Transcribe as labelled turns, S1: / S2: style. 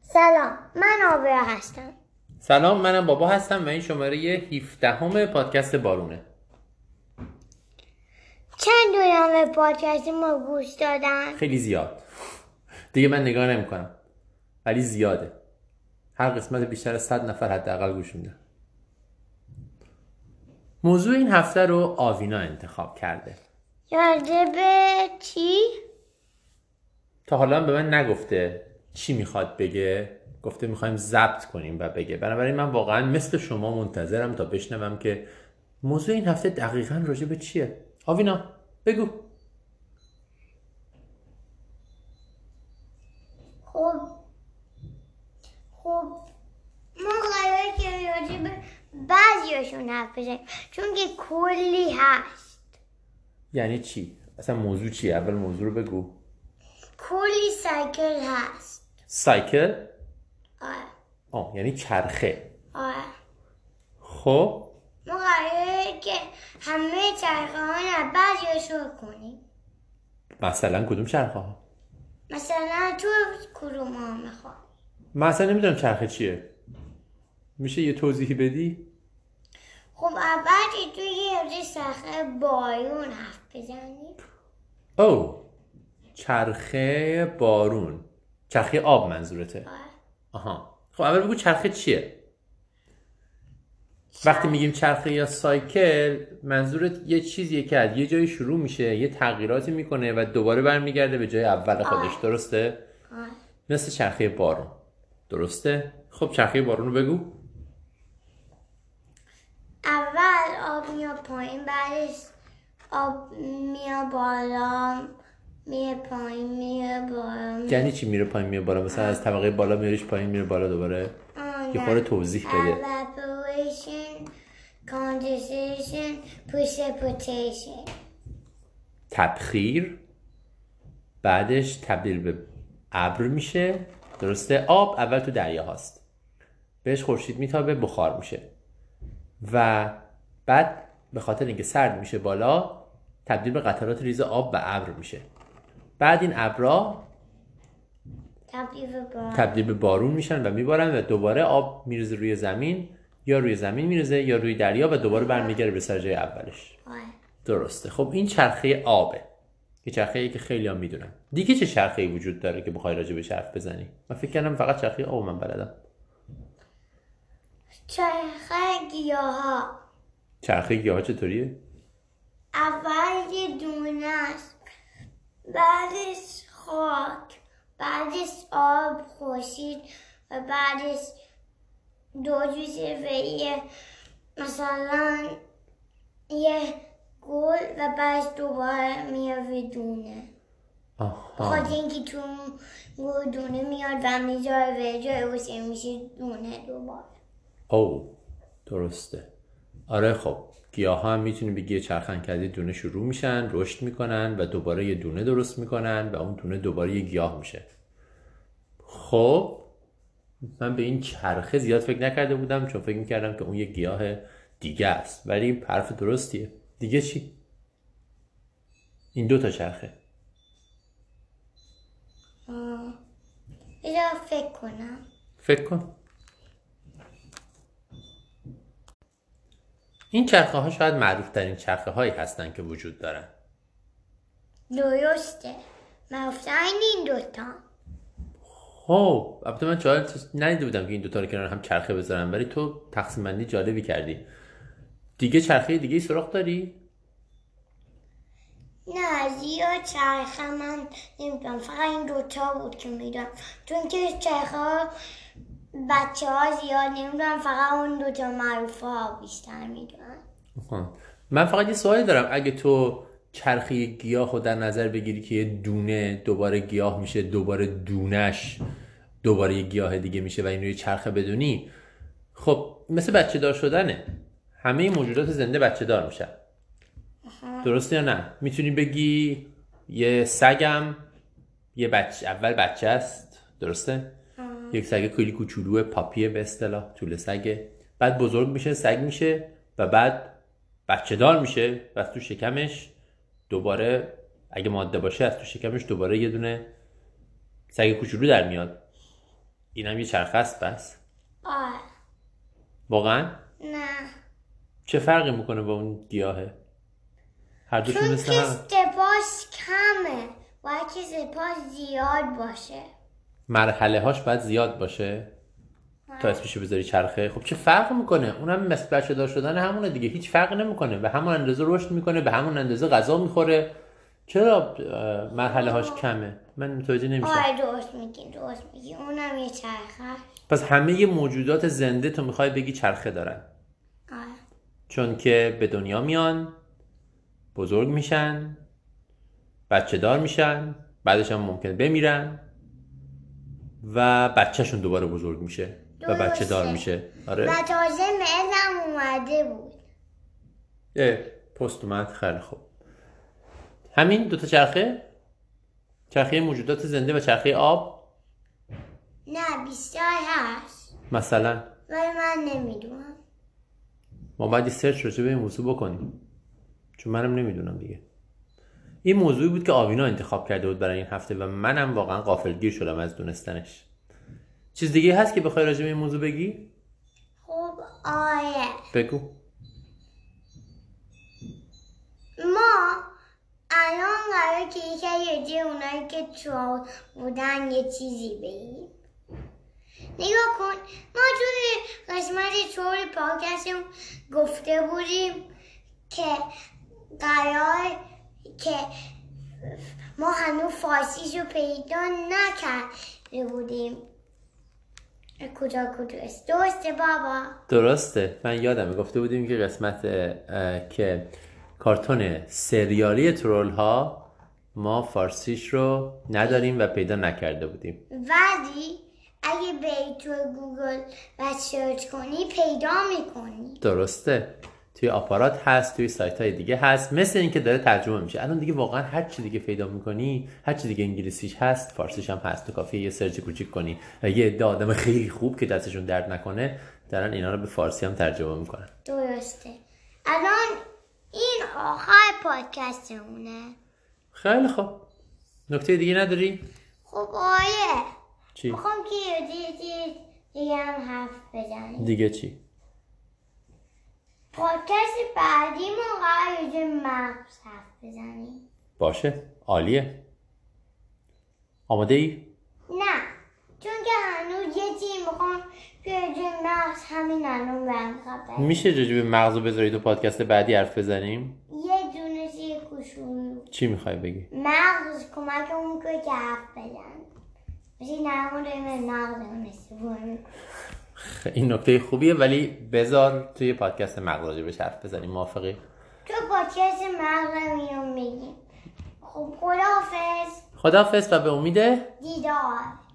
S1: سلام من آبرو هستم
S2: سلام منم بابا هستم و این شماره 17 همه پادکست بارونه
S1: چند دونم به پادکست ما گوش دادن
S2: خیلی زیاد دیگه من نگاه نمیکنم ولی زیاده هر قسمت بیشتر از 100 نفر حداقل گوش میده موضوع این هفته رو آوینا انتخاب کرده
S1: راجع به چی
S2: تا حالا هم به من نگفته چی میخواد بگه گفته میخوایم ضبط کنیم و بگه بنابراین من واقعا مثل شما منتظرم تا بشنوم که موضوع این هفته دقیقا راجع به چیه آوینا بگو
S1: خب خب ما قراره که راجع به بعضیاشون حرف بزنیم چون که کلی هست
S2: یعنی چی اصلا موضوع چیه اول موضوع رو بگو
S1: کلی سایکل هست
S2: سایکل
S1: آره
S2: آه یعنی چرخه
S1: آره
S2: خب
S1: ما قراره که همه چرخه ها رو بعضیاش رو کنیم
S2: مثلا کدوم چرخه ها
S1: مثلا تو کدوم ها میخوام
S2: من اصلا نمیدونم چرخه چیه میشه یه توضیحی بدی
S1: خب اول که توی یه عده صخره بایون حرف بزنیم
S2: او چرخه بارون چرخه آب منظورته
S1: آره.
S2: آها خب اول بگو چرخه چیه وقتی میگیم چرخه یا سایکل منظورت یه چیزیه که از یه جایی شروع میشه یه تغییراتی میکنه و دوباره برمیگرده به جای اول خودش
S1: آره.
S2: درسته
S1: آره.
S2: مثل چرخه بارون درسته خب چرخه بارون رو بگو
S1: اول آب میاد پایین بعدش آب میاد بالا میره پایین میره بالا
S2: یعنی چی میره پایین میره بالا مثلا از طبقه بالا میریش پایین میره بالا دوباره یه خورده توضیح بده
S1: evaporation condensation precipitation
S2: تبخیر بعدش تبدیل به ابر میشه درسته آب اول تو دریا هاست بهش خورشید میتابه بخار میشه و بعد به خاطر اینکه سرد میشه بالا تبدیل به قطرات ریز آب و ابر میشه بعد این ابرا
S1: تبدیل به بالا
S2: تبدیل به بارون میشن و میبارن و دوباره آب میریزه روی زمین یا روی زمین میریزه یا روی دریا و دوباره برمیگره به سر جای اولش
S1: آره.
S2: درسته خب این چرخه آبه که چرخه ای که خیلی هم میدونن دیگه چه چرخه ای وجود داره که بخوای راجع بهش حرف بزنی من فکر کردم فقط چرخه آب من بلدم
S1: چرخه گیاه ها
S2: چرخه گیاه چطوریه
S1: اول یه دونه است بعدش خاک بعدش آب خورشید و بعدش دو جوجه و یه مثلا یه گل و بعدش دوباره میاد به دونه خود
S2: آها
S1: اینکه تو اون گل دونه میاد و میذاره به جای واسه میشه دونه دوباره
S2: او درسته آره خب گیاه هم میتونی بگی یه چرخن که از یه دونه شروع میشن رشد میکنن و دوباره یه دونه درست میکنن و اون دونه دوباره یه گیاه میشه خب من به این چرخه زیاد فکر نکرده بودم چون فکر میکردم که اون یه گیاه دیگه است ولی این حرف درستیه دیگه چی؟ این دو تا چرخه
S1: بذار فکر کنم
S2: فکر کن این چرخه ها شاید معروف ترین چرخه هایی هستن که وجود دارن
S1: درسته مفتن این دوتا
S2: خب البته من چهار چیز ندیده بودم که این دوتا رو کنار هم چرخه بذارن ولی تو تقسیم بندی جالبی کردی دیگه چرخه دیگه ای سراغ داری
S1: نه زیاد چرخه من نمیدونم فقط این دوتا بود که میدونم چون که چرخه ها بچه ها زیاد نمیدونم فقط اون دوتا معروف ها بیشتر میدونم
S2: آها. من فقط یه سوالی دارم اگه تو چرخه گیاه رو در نظر بگیری که یه دونه دوباره گیاه میشه دوباره دونش دوباره یه گیاه دیگه میشه و این رو یه چرخه بدونی خب مثل بچه دار شدنه همه موجودات زنده بچه دار میشن درسته یا نه میتونی بگی یه سگم یه بچه اول بچه است درسته یک سگ خیلی کوچولو پاپیه به اصطلاح طول سگه بعد بزرگ میشه سگ میشه و بعد بچه دار میشه و از تو شکمش دوباره اگه ماده باشه از تو شکمش دوباره یه دونه سگ کوچولو در میاد اینم یه چرخه است پس
S1: آره
S2: واقعا
S1: نه
S2: چه فرقی میکنه با اون گیاهه هر دوشون
S1: چون
S2: مثل
S1: که
S2: هم
S1: سپاس کمه باید که سپاس زیاد باشه
S2: مرحله هاش باید زیاد باشه تا اسمشو بذاری چرخه خب چه فرق میکنه اونم مثل بچه دار شدن همونه دیگه هیچ فرق نمیکنه به همون اندازه رشد میکنه به همون اندازه غذا میخوره چرا اه، مرحله هاش کمه من متوجه نمیشم
S1: آره درست میگی درست میگی اونم یه چرخه است.
S2: پس همه موجودات زنده تو میخوای بگی چرخه دارن
S1: آره
S2: چون که به دنیا میان بزرگ میشن بچه دار میشن بعدش هم ممکنه بمیرن و بچهشون دوباره بزرگ میشه و بچه دار
S1: درسته.
S2: میشه آره
S1: و تازه ملم اومده بود
S2: اه، پست اومد خیلی خوب همین دوتا چرخه چرخه موجودات زنده و چرخه آب
S1: نه بیشتر هست
S2: مثلا
S1: ولی من نمیدونم
S2: ما باید یه سرچ راجع به این موضوع بکنیم چون منم نمیدونم دیگه این موضوعی بود که آوینا انتخاب کرده بود برای این هفته و منم واقعا غافلگیر شدم از دونستنش چیز دیگه هست که بخوای راجع به این موضوع بگی
S1: خب آره
S2: بگو
S1: ما الان قراره که یکی از یه اونایی که تو بودن یه چیزی بگیم نگاه کن ما توی قسمت طور پاکستمون گفته بودیم که قرار که ما هنوز فارسیش رو پیدا نکرده بودیم کجا کجاست درسته بابا
S2: درسته من یادم گفته بودیم که قسمت اه، که کارتون سریالی ترول ها ما فارسیش رو نداریم و پیدا نکرده بودیم
S1: ولی اگه بری تو گوگل و سرچ کنی پیدا میکنی
S2: درسته توی آپارات هست توی سایت های دیگه هست مثل اینکه داره ترجمه میشه الان دیگه واقعا هر چی دیگه پیدا میکنی هر چی دیگه انگلیسیش هست فارسیش هم هست تو کافیه یه سرچ کوچیک کنی یه عده آدم خیلی خوب که دستشون درد نکنه دارن اینا رو به فارسی هم ترجمه میکنن
S1: درسته الان این آخر پادکستمونه
S2: خیلی خوب نکته دیگه نداری
S1: خب آیه
S2: چی
S1: میخوام که یه چیز- چیز دیگه هم حرف بزنیم
S2: دیگه چی
S1: پادکست بعدی ما قرار راجع به مغز حرف بزنیم
S2: باشه عالیه آماده ای
S1: نه چون که هنوز یه چیزی میخوام که راجع به مغز همین الان برم خبر
S2: میشه راجع به مغز رو بذاری تو پادکست بعدی حرف بزنیم
S1: یه دونه چیز کوچولو
S2: چی میخوای بگی
S1: مغز کمک اون که که حرف بزن بسی نرمون داریم مغز اون استفاده می‌کنیم.
S2: خ- این نکته خوبیه ولی بذار توی پادکست مغز راجع بهش حرف بزنیم موافقی
S1: تو پادکست مغز هم اینو میگیم خب خداحافظ
S2: خداحافظ و به امید
S1: دیدار